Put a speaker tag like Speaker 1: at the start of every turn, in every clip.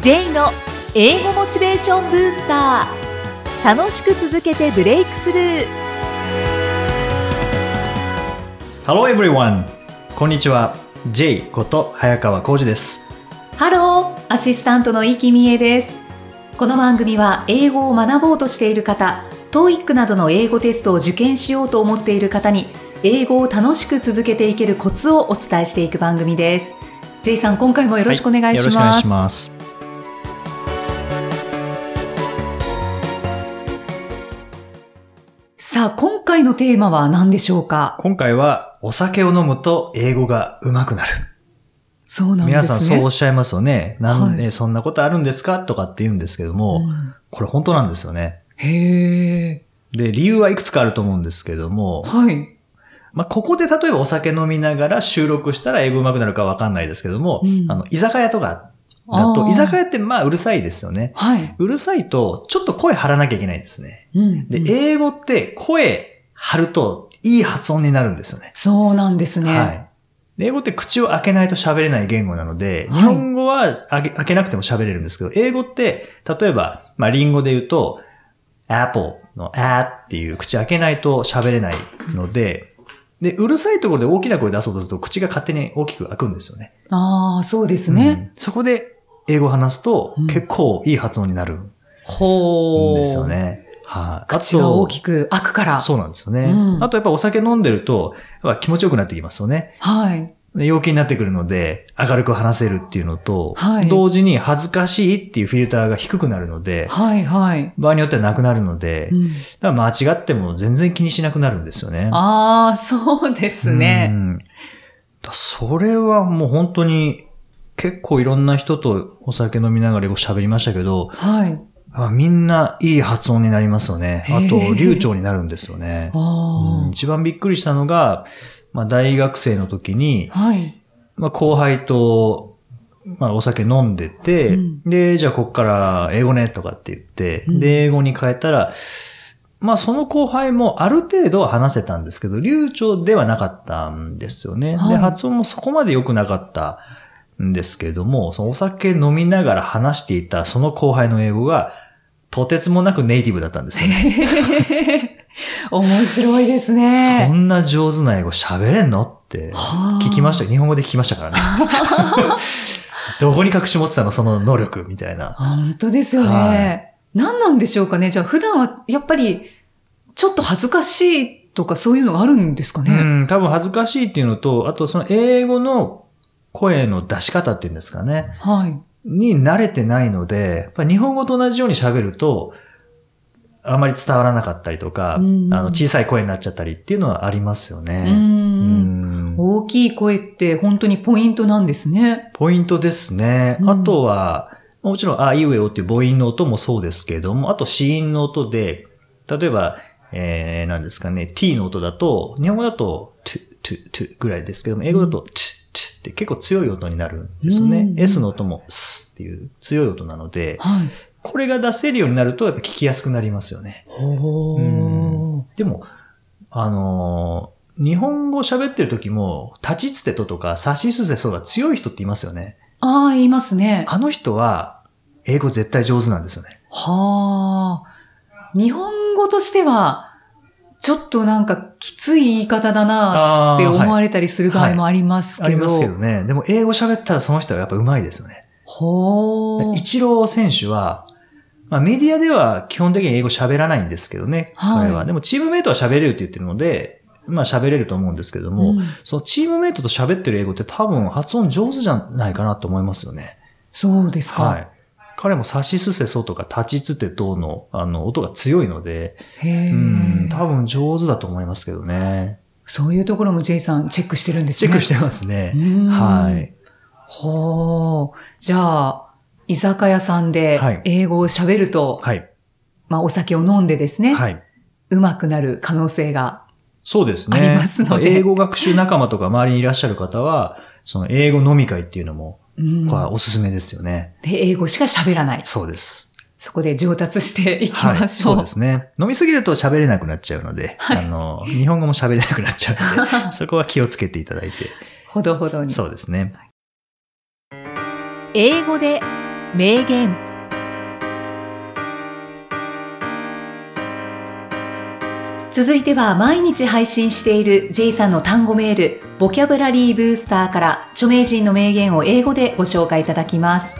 Speaker 1: J の英語モチベーションブースター楽しく続けてブレイクスルー
Speaker 2: Hello everyone! こんにちは。J こと早川浩二です。
Speaker 1: ハローアシスタントの生きみえですこの番組は英語を学ぼうとしている方 TOEIC などの英語テストを受験しようと思っている方に英語を楽しく続けていけるコツをお伝えしていく番組です J さん今回もよろしくお願いし
Speaker 2: はよろしくお願い
Speaker 1: ます、
Speaker 2: します。
Speaker 1: さあ今回のテーマは何でしょうか
Speaker 2: 今回はお酒を飲むと英語が上手くなる。
Speaker 1: そうなんですね
Speaker 2: 皆さんそうおっしゃいますよね。なんで、
Speaker 1: は
Speaker 2: そんなことあるんですかとかって言うんですけども、
Speaker 1: うん
Speaker 2: これ本当なんですよね。
Speaker 1: へえ
Speaker 2: で、理由はいくつかあると思うんですけども、
Speaker 1: はい、
Speaker 2: まあ、ここで例えばお酒飲みながら収録したら英語上手くなるかわかんないですけども、
Speaker 1: うん
Speaker 2: あの、居酒屋とかだ
Speaker 1: あ
Speaker 2: と、
Speaker 1: ー
Speaker 2: 居酒屋ってまあうるさいですよね。
Speaker 1: はい。
Speaker 2: うるさいと、ちょっと声張らなきゃいけないんですね。
Speaker 1: うん
Speaker 2: で
Speaker 1: う、ん
Speaker 2: 英語って声張るといい発音になるんですよね。
Speaker 1: そうなんですね。
Speaker 2: はい。で英語って口を開けないと喋れない言語なので、
Speaker 1: はい
Speaker 2: 日本語は開け開けなくても喋れるんですけど、英語って、例えば、まあ、リンゴで言うと、apple の a っていう口開けないと喋れないので、で、うるさいところで大きな声出そうとすると、口が勝手に大きく開くんですよね。
Speaker 1: ああ、そうですね。
Speaker 2: うんそこで英語を話すと
Speaker 1: うん、
Speaker 2: 結構いい発音になるん
Speaker 1: ほう。
Speaker 2: ですよ。ね。はい。
Speaker 1: 口が大
Speaker 2: く
Speaker 1: きく開くから。
Speaker 2: そうなんですよね。
Speaker 1: うん
Speaker 2: あとやっぱお酒飲んでると、やっぱ気持ちよくなってきますよね。
Speaker 1: はい。
Speaker 2: 陽気になってくるので、明るく話せるっていうのと、
Speaker 1: はい
Speaker 2: 同時に恥ずかしいっていうフィルターが低くなるので、
Speaker 1: はい、はい。
Speaker 2: 場合によってはなくなるので、
Speaker 1: う
Speaker 2: だ
Speaker 1: ん
Speaker 2: から間違っても全然気にしなくなるんですよね。
Speaker 1: ああ、そうです
Speaker 2: う
Speaker 1: ね。
Speaker 2: ん。だそれはもう本当に、結構いろんな人とお酒飲みながら英語喋りましたけど、
Speaker 1: はい。
Speaker 2: あみんないい発音になりますよね。あ
Speaker 1: へ
Speaker 2: と、
Speaker 1: ー
Speaker 2: 流暢になるんですよね。
Speaker 1: あ
Speaker 2: うん一番びっくりしたのが、まあ、大学生の時に
Speaker 1: あ。、はい。
Speaker 2: まあ、後輩と、まあ、お酒飲んでて、
Speaker 1: うん
Speaker 2: で、じゃあこっから英語ねとかって言って、
Speaker 1: うん
Speaker 2: で、英語に変えたら、まあその後輩もある程度は話せたんですけど、流暢ではなかったんですよね。
Speaker 1: はい
Speaker 2: で、発音もそこまで良くなかったんですけども、そのお酒飲みながら話していたその後輩の英語が、とてつもなくネイティブだったんですよね。
Speaker 1: 面白いです
Speaker 2: そ
Speaker 1: ね。。
Speaker 2: んな上手な英語喋れんのって聞きましたた。日本語で聞きましたからね。 どこに隠し持ってたのその能力みたいな。
Speaker 1: あ本当ですよ
Speaker 2: は
Speaker 1: ね。何なんでしょうかね。じゃあ、普段はやっぱり、ちょっと恥ずかしいとかそういうのがあるんですか
Speaker 2: う
Speaker 1: ね。
Speaker 2: ん、多分恥ずかしいっていうのと、あとその英語の声の出し方っていうんですかね。
Speaker 1: はい。
Speaker 2: に慣れてないので、やっぱ日本語と同じように喋ると、あまり伝わらなかったりとか、あ
Speaker 1: うん
Speaker 2: の小さい声になっちゃったりっていうのはありますよ
Speaker 1: う
Speaker 2: ね。
Speaker 1: ん。
Speaker 2: うん
Speaker 1: 大きい声って本当にポイントなんですね。
Speaker 2: ポイントですね。
Speaker 1: うん
Speaker 2: あとは、もちろん、あいうえおっていう母音の音もそうですけれども、あと子音の音で、例えば、えー、なんですかね、t の音だと、日本語だと、t、t、t ぐらいですけども、英語だと、t、t って結構強い音になるんですよ
Speaker 1: う
Speaker 2: ね
Speaker 1: ん。
Speaker 2: s の音も、s っていう強い音なので、
Speaker 1: はい。
Speaker 2: これが出せるようになると、やっぱ聞きやすくなりますよね。
Speaker 1: ほ
Speaker 2: うんでも、あのー日本語喋ってる時も、立ちつてととか、差しすせそうが強い人っていますよね。
Speaker 1: ああ、言いますね。
Speaker 2: あの人は、英語絶対上手なんですよね。
Speaker 1: はあ。日本語としては、ちょっとなんかきつい言い方だな
Speaker 2: あ
Speaker 1: って思わ
Speaker 2: れ
Speaker 1: れたりする場合もあります
Speaker 2: あ
Speaker 1: け
Speaker 2: り
Speaker 1: ど。
Speaker 2: ますけどね。でも、英語喋ったらその人はやっぱ上手いですよね。
Speaker 1: ほう。
Speaker 2: イチロー選手は、まあ、メディアでは基本的に英語喋らないんですけどね。
Speaker 1: はい
Speaker 2: 彼は。でも、チームメイトは喋れるって言ってるので、まあ喋れると思うんですけども、
Speaker 1: うん
Speaker 2: そのチームメイトと喋ってる英語って多分発音上手じゃないかなと思いますよね。
Speaker 1: そうですか。
Speaker 2: はい。彼も差しすせそとか立ちつてとの、あの、音が強いので、
Speaker 1: へえ
Speaker 2: うん、多分上手だと思いますけどね。
Speaker 1: そういうところも J さんチェックしてるんです
Speaker 2: チェ
Speaker 1: ね。
Speaker 2: ックしてますね。
Speaker 1: うん
Speaker 2: はい。
Speaker 1: ほう。じゃあ、居酒屋さんで
Speaker 2: はい
Speaker 1: 英語を喋ると、
Speaker 2: はい。
Speaker 1: まあお酒を飲んでですね、
Speaker 2: はい。
Speaker 1: うまくなる可能性が。
Speaker 2: そうですね。
Speaker 1: ありますので
Speaker 2: 英語学習仲間とか周りにいらっしゃる方は、その英語飲み会っていうのも、
Speaker 1: うん
Speaker 2: これはおすすめですよね。
Speaker 1: で、英語しか喋らない。
Speaker 2: そうです。
Speaker 1: そこで上達していき
Speaker 2: は
Speaker 1: ま
Speaker 2: い。
Speaker 1: しょ。
Speaker 2: そううですね。飲みすぎると喋れなくなっちゃうので、
Speaker 1: はい
Speaker 2: あの、日本語も喋れなくなっちゃうの で、そこは気をつけていただいて。
Speaker 1: ほどほどに。
Speaker 2: そうですね。
Speaker 1: 英語で名言続いては毎日配信している J さんの単語メールボキャブラリーブースターから著名人の名言を英語でご紹介いただきます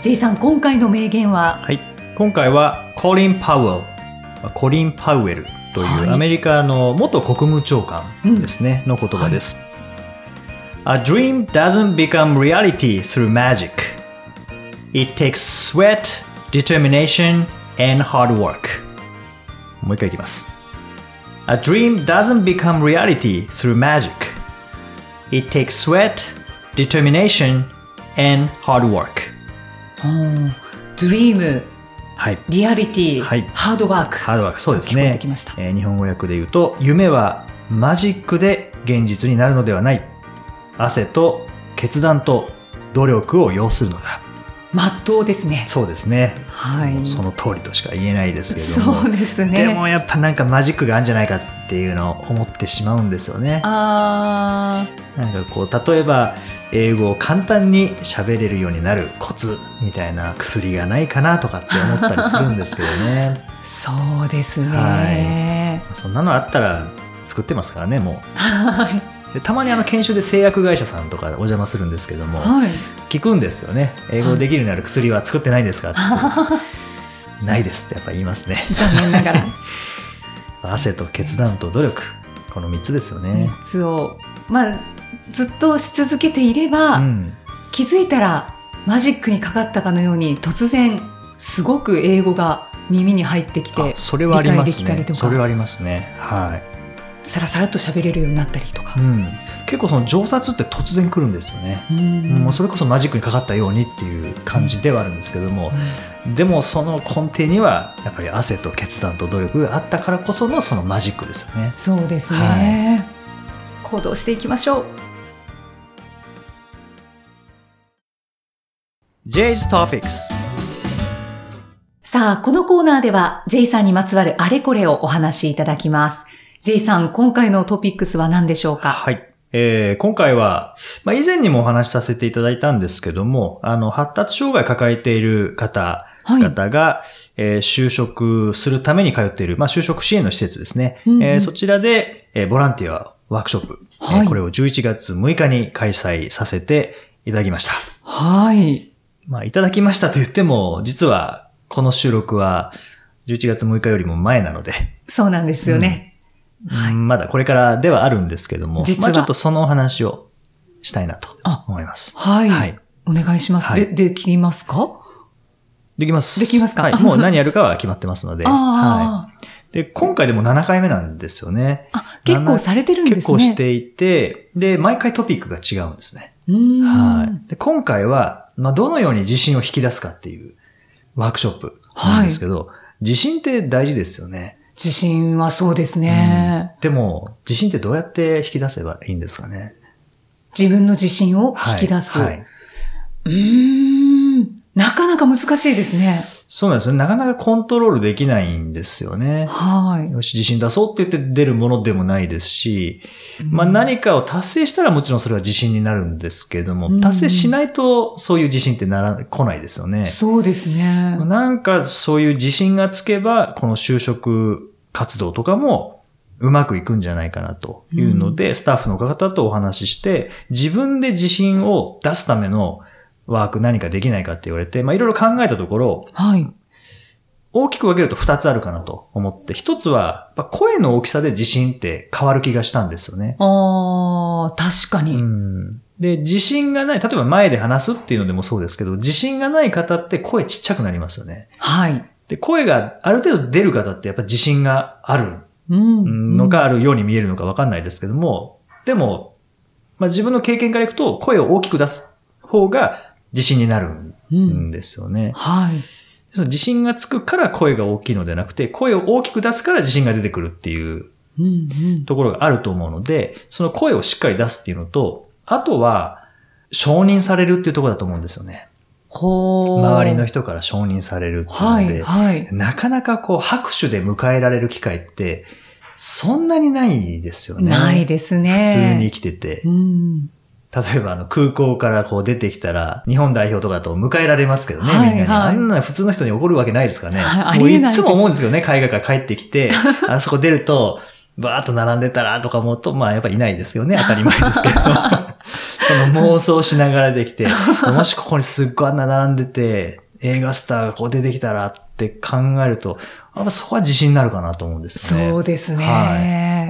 Speaker 1: J さん今回の名言は
Speaker 2: はい。今回は、コリン・パウエルまあ。コリン・パウエルと
Speaker 1: はい
Speaker 2: いうアメリカの元国務長官ですね、の言葉です。A dream doesn't become reality through magic. It takes sweat, determination, and hard work. もう一回いきます。A dream doesn't become reality through magic. It takes sweat, determination, and hard work.
Speaker 1: ドリーム
Speaker 2: はい。
Speaker 1: リアリティ、
Speaker 2: はい
Speaker 1: ハードワーク
Speaker 2: ハードワーク、そうです
Speaker 1: 聞こえ
Speaker 2: ね
Speaker 1: てきました。
Speaker 2: えー日本語訳で言うと、夢はマジックで現実になるのではない。汗と決断と努力を要するのだ。
Speaker 1: まっとうですね
Speaker 2: そうですね。
Speaker 1: はい
Speaker 2: もうその通りとしか言えないですけども。
Speaker 1: そうです
Speaker 2: で
Speaker 1: ね
Speaker 2: もやっぱなんかマジックがあるんじゃないかっていうのを思ってしまうんですよね。
Speaker 1: あ
Speaker 2: なんかこう、例えば英語を簡単に喋れるようになるコツみたいな薬がないかなとかって思ったりするんですけどね。
Speaker 1: ーそうですね
Speaker 2: はそんなのあったら作ってますからね、もう。
Speaker 1: はい
Speaker 2: でたまにあの研修で製薬会社さんとかお邪魔するんですけども
Speaker 1: はい
Speaker 2: 聞くんですよね英語できるようになる薬は作ってないんですかって ないですってやっぱ言います ね
Speaker 1: 残念ながら
Speaker 2: 汗と決断と努力この3つですよね、
Speaker 1: 3つを、まあ、ずっとし続けていれば、
Speaker 2: うん、
Speaker 1: 気づいたらマジックにかかったかのように突然すごく英語が耳に入ってき
Speaker 2: あ
Speaker 1: て
Speaker 2: それはあります
Speaker 1: 理解できたり
Speaker 2: ね
Speaker 1: とか
Speaker 2: それはありますねは
Speaker 1: さらさらっと喋れるようになったりとか
Speaker 2: い、う、ん、結構その上達って突然来るんですよね、
Speaker 1: うん
Speaker 2: もうそれこそマジックにかかったようにっていう感じではあるんですけども、でもその根底にはやっぱり汗と決断と努力があったからこそのそのマジックですよね
Speaker 1: そうですね、行動していきましょう
Speaker 2: J's Topics
Speaker 1: さあ、このコーナーでは J さんにまつわるあれこれをお話しいただきます。J さん、今回のトピックスは何でしょうか
Speaker 2: はい。えー今回は、まあ、以前にもお話しさせていただいたんですけども、あの、発達障害抱えている方
Speaker 1: はい。
Speaker 2: 々が、えー就職するために通っている、まあ、就職支援の施設ですね。
Speaker 1: うんうん
Speaker 2: えーそちらで、えーボランティアワークショップ、えー
Speaker 1: はい
Speaker 2: これを11月6日に開催させていただきました。
Speaker 1: はい。
Speaker 2: まあ、いただきましたと言っても、実は、この収録は、11月6日よりも前なので、
Speaker 1: そうなんですよね。はい
Speaker 2: うんまだこれからではあるんですけども、
Speaker 1: 実は
Speaker 2: まあちょっとそのお話をしたいなと
Speaker 1: あ
Speaker 2: 思います。
Speaker 1: はい。
Speaker 2: はい
Speaker 1: お願いします。
Speaker 2: はい
Speaker 1: で、できますか
Speaker 2: できます。
Speaker 1: できますか
Speaker 2: はい。もう何やるかは決まってますので。は
Speaker 1: あ
Speaker 2: い。で、今回でも7回目なんですよね。
Speaker 1: あ、あ、結構されてるんですね。
Speaker 2: 結構していて、で、毎回トピックが違うんですね。
Speaker 1: うーん。
Speaker 2: はい。で、今回は、まあ、どのように自信を引き出すかっていうワークショップなんですけど、自信って大事ですよね。
Speaker 1: 自信はそうですね。
Speaker 2: うんでも、自信ってどうやって引き出せばいいんですかね。
Speaker 1: 自分の自信を
Speaker 2: はい
Speaker 1: 引き出す。
Speaker 2: はいう
Speaker 1: ーん。なかなか難しいですね。
Speaker 2: そうなんですね。なかなかコントロールできないんですよね。
Speaker 1: はい。
Speaker 2: よし、自信出そうって言って出るものでもないですし、まあ
Speaker 1: うん
Speaker 2: 何かを達成したらもちろんそれは自信になるんですけど
Speaker 1: うん
Speaker 2: も、達成しないとそういう自信ってなら、来ないですよね。
Speaker 1: そうですね。
Speaker 2: なんかそういう自信がつけば、この就職活動とかもうまくいくんじゃないかなというので、スタッフの方とお話しして、自分で自信を出すためのワーク何かできないかって言われて、まあいろいろ考えたところ、
Speaker 1: はい。
Speaker 2: 大きく分けると二つあるかなと思って、一つは、やっぱ声の大きさで自信って変わる気がしたんですよね。
Speaker 1: ああ、確かに。
Speaker 2: うんで、自信がない、例えば前で話すっていうのでもそうですけど、自信がない方って声ちっちゃくなりますよね。
Speaker 1: はい。
Speaker 2: で、声がある程度出る方ってやっぱ自信がある
Speaker 1: うん
Speaker 2: のかあるように見えるのかわかんないですけども、でも、まあ、自分の経験からいくと声を大きく出す方が自信になる
Speaker 1: うん
Speaker 2: んですよね。
Speaker 1: はい。
Speaker 2: その自信がつくから声が大きいのではなくて、声を大きく出すから自信が出てくるっていう
Speaker 1: うんうん
Speaker 2: ところがあると思うので、その声をしっかり出すっていうのと、あとは、承認されるっていうところだと思うんですよね。
Speaker 1: ほー
Speaker 2: 周りの人から承認されるっていうの
Speaker 1: はい、
Speaker 2: で、
Speaker 1: はい。
Speaker 2: なかなかこう拍手で迎えられる機会って、そんなにないですよね。
Speaker 1: ないですね。
Speaker 2: 普通に生きてて
Speaker 1: う。ん。
Speaker 2: 例えばあの空港からこう出てきたら、日本代表とかだと迎えられますけどね、
Speaker 1: はい
Speaker 2: みんなに。
Speaker 1: はい
Speaker 2: あんな普通の人に怒るわけないですからね。
Speaker 1: はい
Speaker 2: も
Speaker 1: あ
Speaker 2: う
Speaker 1: りえ
Speaker 2: い
Speaker 1: ないです
Speaker 2: つも思うんですけどね、海外から帰って きて、あそこ出ると、バーっと並んでたらとか思うと、まあやっぱいないですけどね、当たり前で すけど。その妄想しながらできて、もしここにすっごいあんな並んでて、映画スターがこう出てきたらって考えると、やっぱそこは自信になるかなと思うんですね。
Speaker 1: そうですね。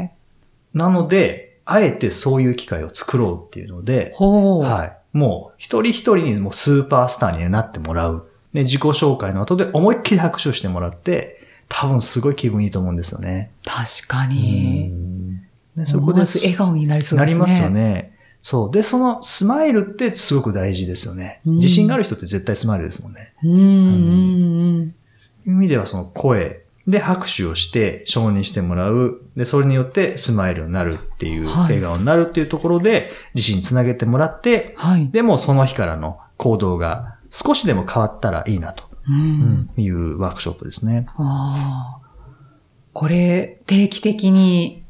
Speaker 2: なので、あえてそういう機会を作ろうっていうので、
Speaker 1: ほう、
Speaker 2: はい。もう、一人一人にもうスーパースターになってもらう。で、自己紹介の後で思いっきり拍手をしてもらって、多分すごい気分いいと思うんですよね。
Speaker 1: 確か
Speaker 2: う
Speaker 1: に。
Speaker 2: んで
Speaker 1: そ
Speaker 2: そ
Speaker 1: こ
Speaker 2: こ
Speaker 1: で
Speaker 2: で
Speaker 1: 笑顔になりそう
Speaker 2: な
Speaker 1: です
Speaker 2: り
Speaker 1: ね。
Speaker 2: ますよ。ね。そう。で、そのスマイルってすごく大事ですよね。
Speaker 1: うん
Speaker 2: 自信がある人って絶対スマイルですもんね。
Speaker 1: うんうんうん。
Speaker 2: いう意味ではその声で拍手をして承認してもらう。で、それによってスマイルになるっていう、
Speaker 1: はい
Speaker 2: 笑顔になるっていうところで自信につなげてもらって、
Speaker 1: はい。
Speaker 2: でもその日からの行動が少しでも変わったらいいなと
Speaker 1: うん。
Speaker 2: いうワークショップですね。
Speaker 1: ああ。これ、定期的に、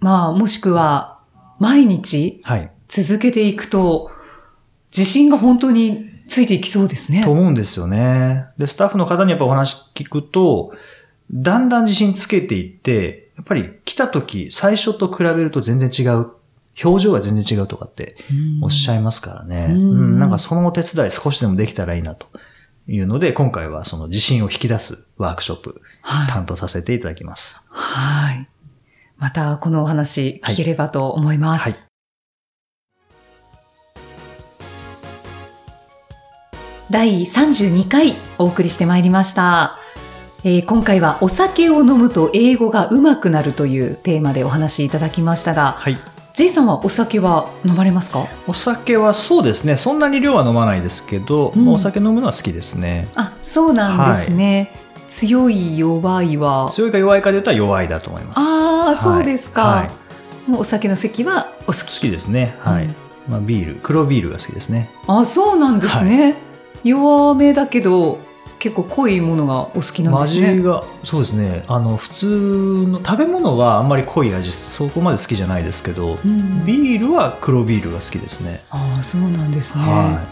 Speaker 1: まあ、もしくは、毎日
Speaker 2: はい。
Speaker 1: 続けていくと、自信が本当についていきそうですね
Speaker 2: と。思うんですよね。で、スタッフの方にやっぱお話聞くと、だんだん自信つけていって、やっぱり来た時、最初と比べると全然違う。表情が全然違うとかっておっしゃ
Speaker 1: い
Speaker 2: いますからね。
Speaker 1: う
Speaker 2: うんん、なんかそのお手伝い少しでもできたらいいなというので、今回はその自信を引き出すワークショップ
Speaker 1: はい。
Speaker 2: 担当させていただきます。
Speaker 1: はい。またこのお話聞ければと思います。
Speaker 2: はい。
Speaker 1: 第32回お送りしてまいりました。えー今回はお酒を飲むと英語が上手くなるというテーマでお話いただきましたが、
Speaker 2: はい。
Speaker 1: J さんはお酒は飲まれますか
Speaker 2: お酒はそうですね。そんなに量は飲まないですけど、
Speaker 1: うん
Speaker 2: まあお酒飲むのは好きですね。
Speaker 1: あ、そうなんですね。強い弱いは、
Speaker 2: 強いか弱いかで言ったら弱いだと思います。。
Speaker 1: ああ、そうですすか。
Speaker 2: はい
Speaker 1: もうお酒の席はお好
Speaker 2: 好
Speaker 1: き。
Speaker 2: きですね。は
Speaker 1: う
Speaker 2: い。
Speaker 1: ん
Speaker 2: まあ、ビール、黒ビールが好きですね。
Speaker 1: あ、そうなんですね。弱めだけど、結構濃いものがお好きなんです
Speaker 2: 味
Speaker 1: ね。
Speaker 2: が、そうですね。あの、普通の食べ物はあんまり濃い味、そこまで好きじゃないですけど、
Speaker 1: うん
Speaker 2: ビールは黒ビールが好きですね。
Speaker 1: ああ、そうなんですね。
Speaker 2: は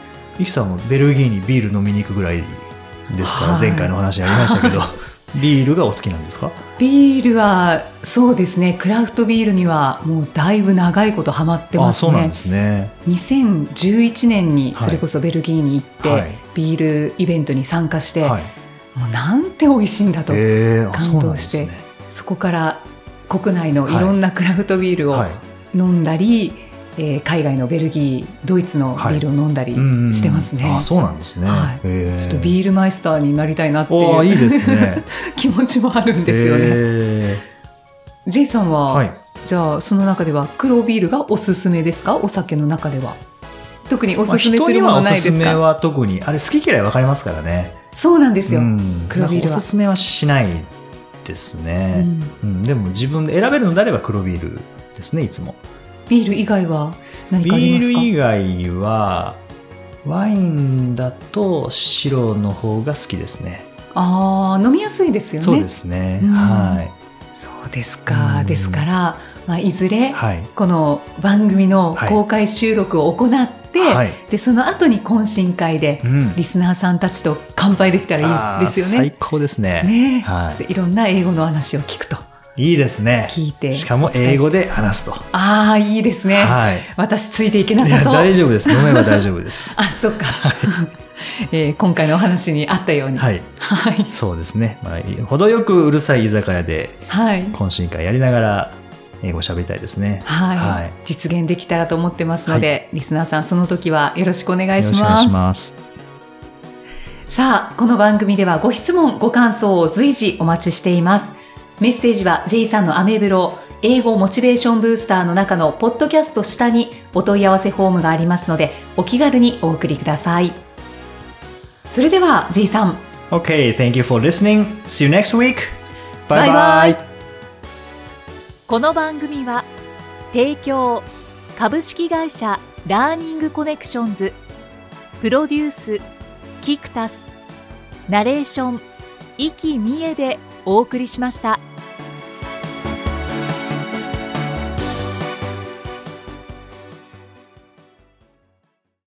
Speaker 2: い。イキさんもベルギーにビール飲みに行くぐらいですから、
Speaker 1: はい
Speaker 2: 前回のお話ありましたけ ど、ビールがお好きなんですか
Speaker 1: ビールは、そうですね。クラフトビールには、もうだいぶ長いことハマって
Speaker 2: あ、
Speaker 1: ます
Speaker 2: そうなん
Speaker 1: ね
Speaker 2: で。すね。
Speaker 1: 2011年に、
Speaker 2: はい
Speaker 1: それこそベルギーに行って、
Speaker 2: はい
Speaker 1: ビールイベントに参加して、
Speaker 2: はい。
Speaker 1: もうなんて美味しいんだと。
Speaker 2: えー、あ
Speaker 1: 感動して
Speaker 2: そうなんですね
Speaker 1: そこから国内のいろんなクラフトビールを
Speaker 2: はい。
Speaker 1: 飲んだり、えー海外のベルギードイツのビールを飲んだり
Speaker 2: うんうん
Speaker 1: してますね、
Speaker 2: あ、そうなんですね。
Speaker 1: はい
Speaker 2: えー
Speaker 1: ちょっとビールマイスターになりたいなって
Speaker 2: おー
Speaker 1: い
Speaker 2: い ういですね。
Speaker 1: 気持ちもあるんですよね。
Speaker 2: え
Speaker 1: J さん
Speaker 2: ー
Speaker 1: は、
Speaker 2: はい。
Speaker 1: じゃあその中では黒ビールがおすすめですかお酒の中では特にお
Speaker 2: お
Speaker 1: すすめするものないです
Speaker 2: おすすめ
Speaker 1: か、
Speaker 2: は特に、あれ好き嫌い分かりますからね。
Speaker 1: そうなんですよ、
Speaker 2: ん
Speaker 1: 黒ビールは
Speaker 2: おすすめはしないです
Speaker 1: う
Speaker 2: ね。
Speaker 1: ん
Speaker 2: うん、でも自分で選べるのであれば黒ビールですね、いつも。
Speaker 1: ビール以外は何かあり
Speaker 2: ビ
Speaker 1: ま
Speaker 2: ー
Speaker 1: す
Speaker 2: ル
Speaker 1: か
Speaker 2: 以外は、ワインだと白の方が好きですね。
Speaker 1: あー飲みやすいですよね
Speaker 2: そうですね。
Speaker 1: うん
Speaker 2: は
Speaker 1: そうですか、
Speaker 2: うん
Speaker 1: ですから、まあ、いずれ
Speaker 2: い。はい。
Speaker 1: この番組の公開収録を行って、
Speaker 2: はい。
Speaker 1: でその後に懇親会で
Speaker 2: うん。
Speaker 1: リスナーさんたちと乾杯できたらいいですよ
Speaker 2: あー
Speaker 1: ね。
Speaker 2: 最高ですね。
Speaker 1: ねえ
Speaker 2: はい
Speaker 1: そしていろんな英語の話を聞くと
Speaker 2: いいですね。
Speaker 1: 聞いて
Speaker 2: しかも
Speaker 1: お伝えし
Speaker 2: 英語で話すと。
Speaker 1: ああいいですね、
Speaker 2: はい。
Speaker 1: 私ついていけないさ
Speaker 2: や
Speaker 1: そう
Speaker 2: 大丈夫 です。飲めば大丈夫です。
Speaker 1: あそっか、 えー今回のお話にあったようにはい、
Speaker 2: はい。そうですね。まあ、程よくうるさい居酒屋で
Speaker 1: はい
Speaker 2: 懇親会やりながら英語喋りたいですね。
Speaker 1: はい
Speaker 2: はい
Speaker 1: 実現できたらと思ってますので、リスナーさんその時はよろしくお願いします
Speaker 2: ます。
Speaker 1: さあ、この番組ではご質問、ご感想を随時お待ちしています。メッセージは J さんのアメブロ、英語モチベーションブースターの中のポッドキャスト下にお問い合わせフォームがありますので、お気軽にお送りください。それでは J さん、
Speaker 2: Okay, thank you for listening. See you next week. Bye
Speaker 1: Bye
Speaker 2: bye.
Speaker 3: この番組は提供株式会社ラーニングコネクションズプロデュースキクタスナレーション生きみえでお送りしました。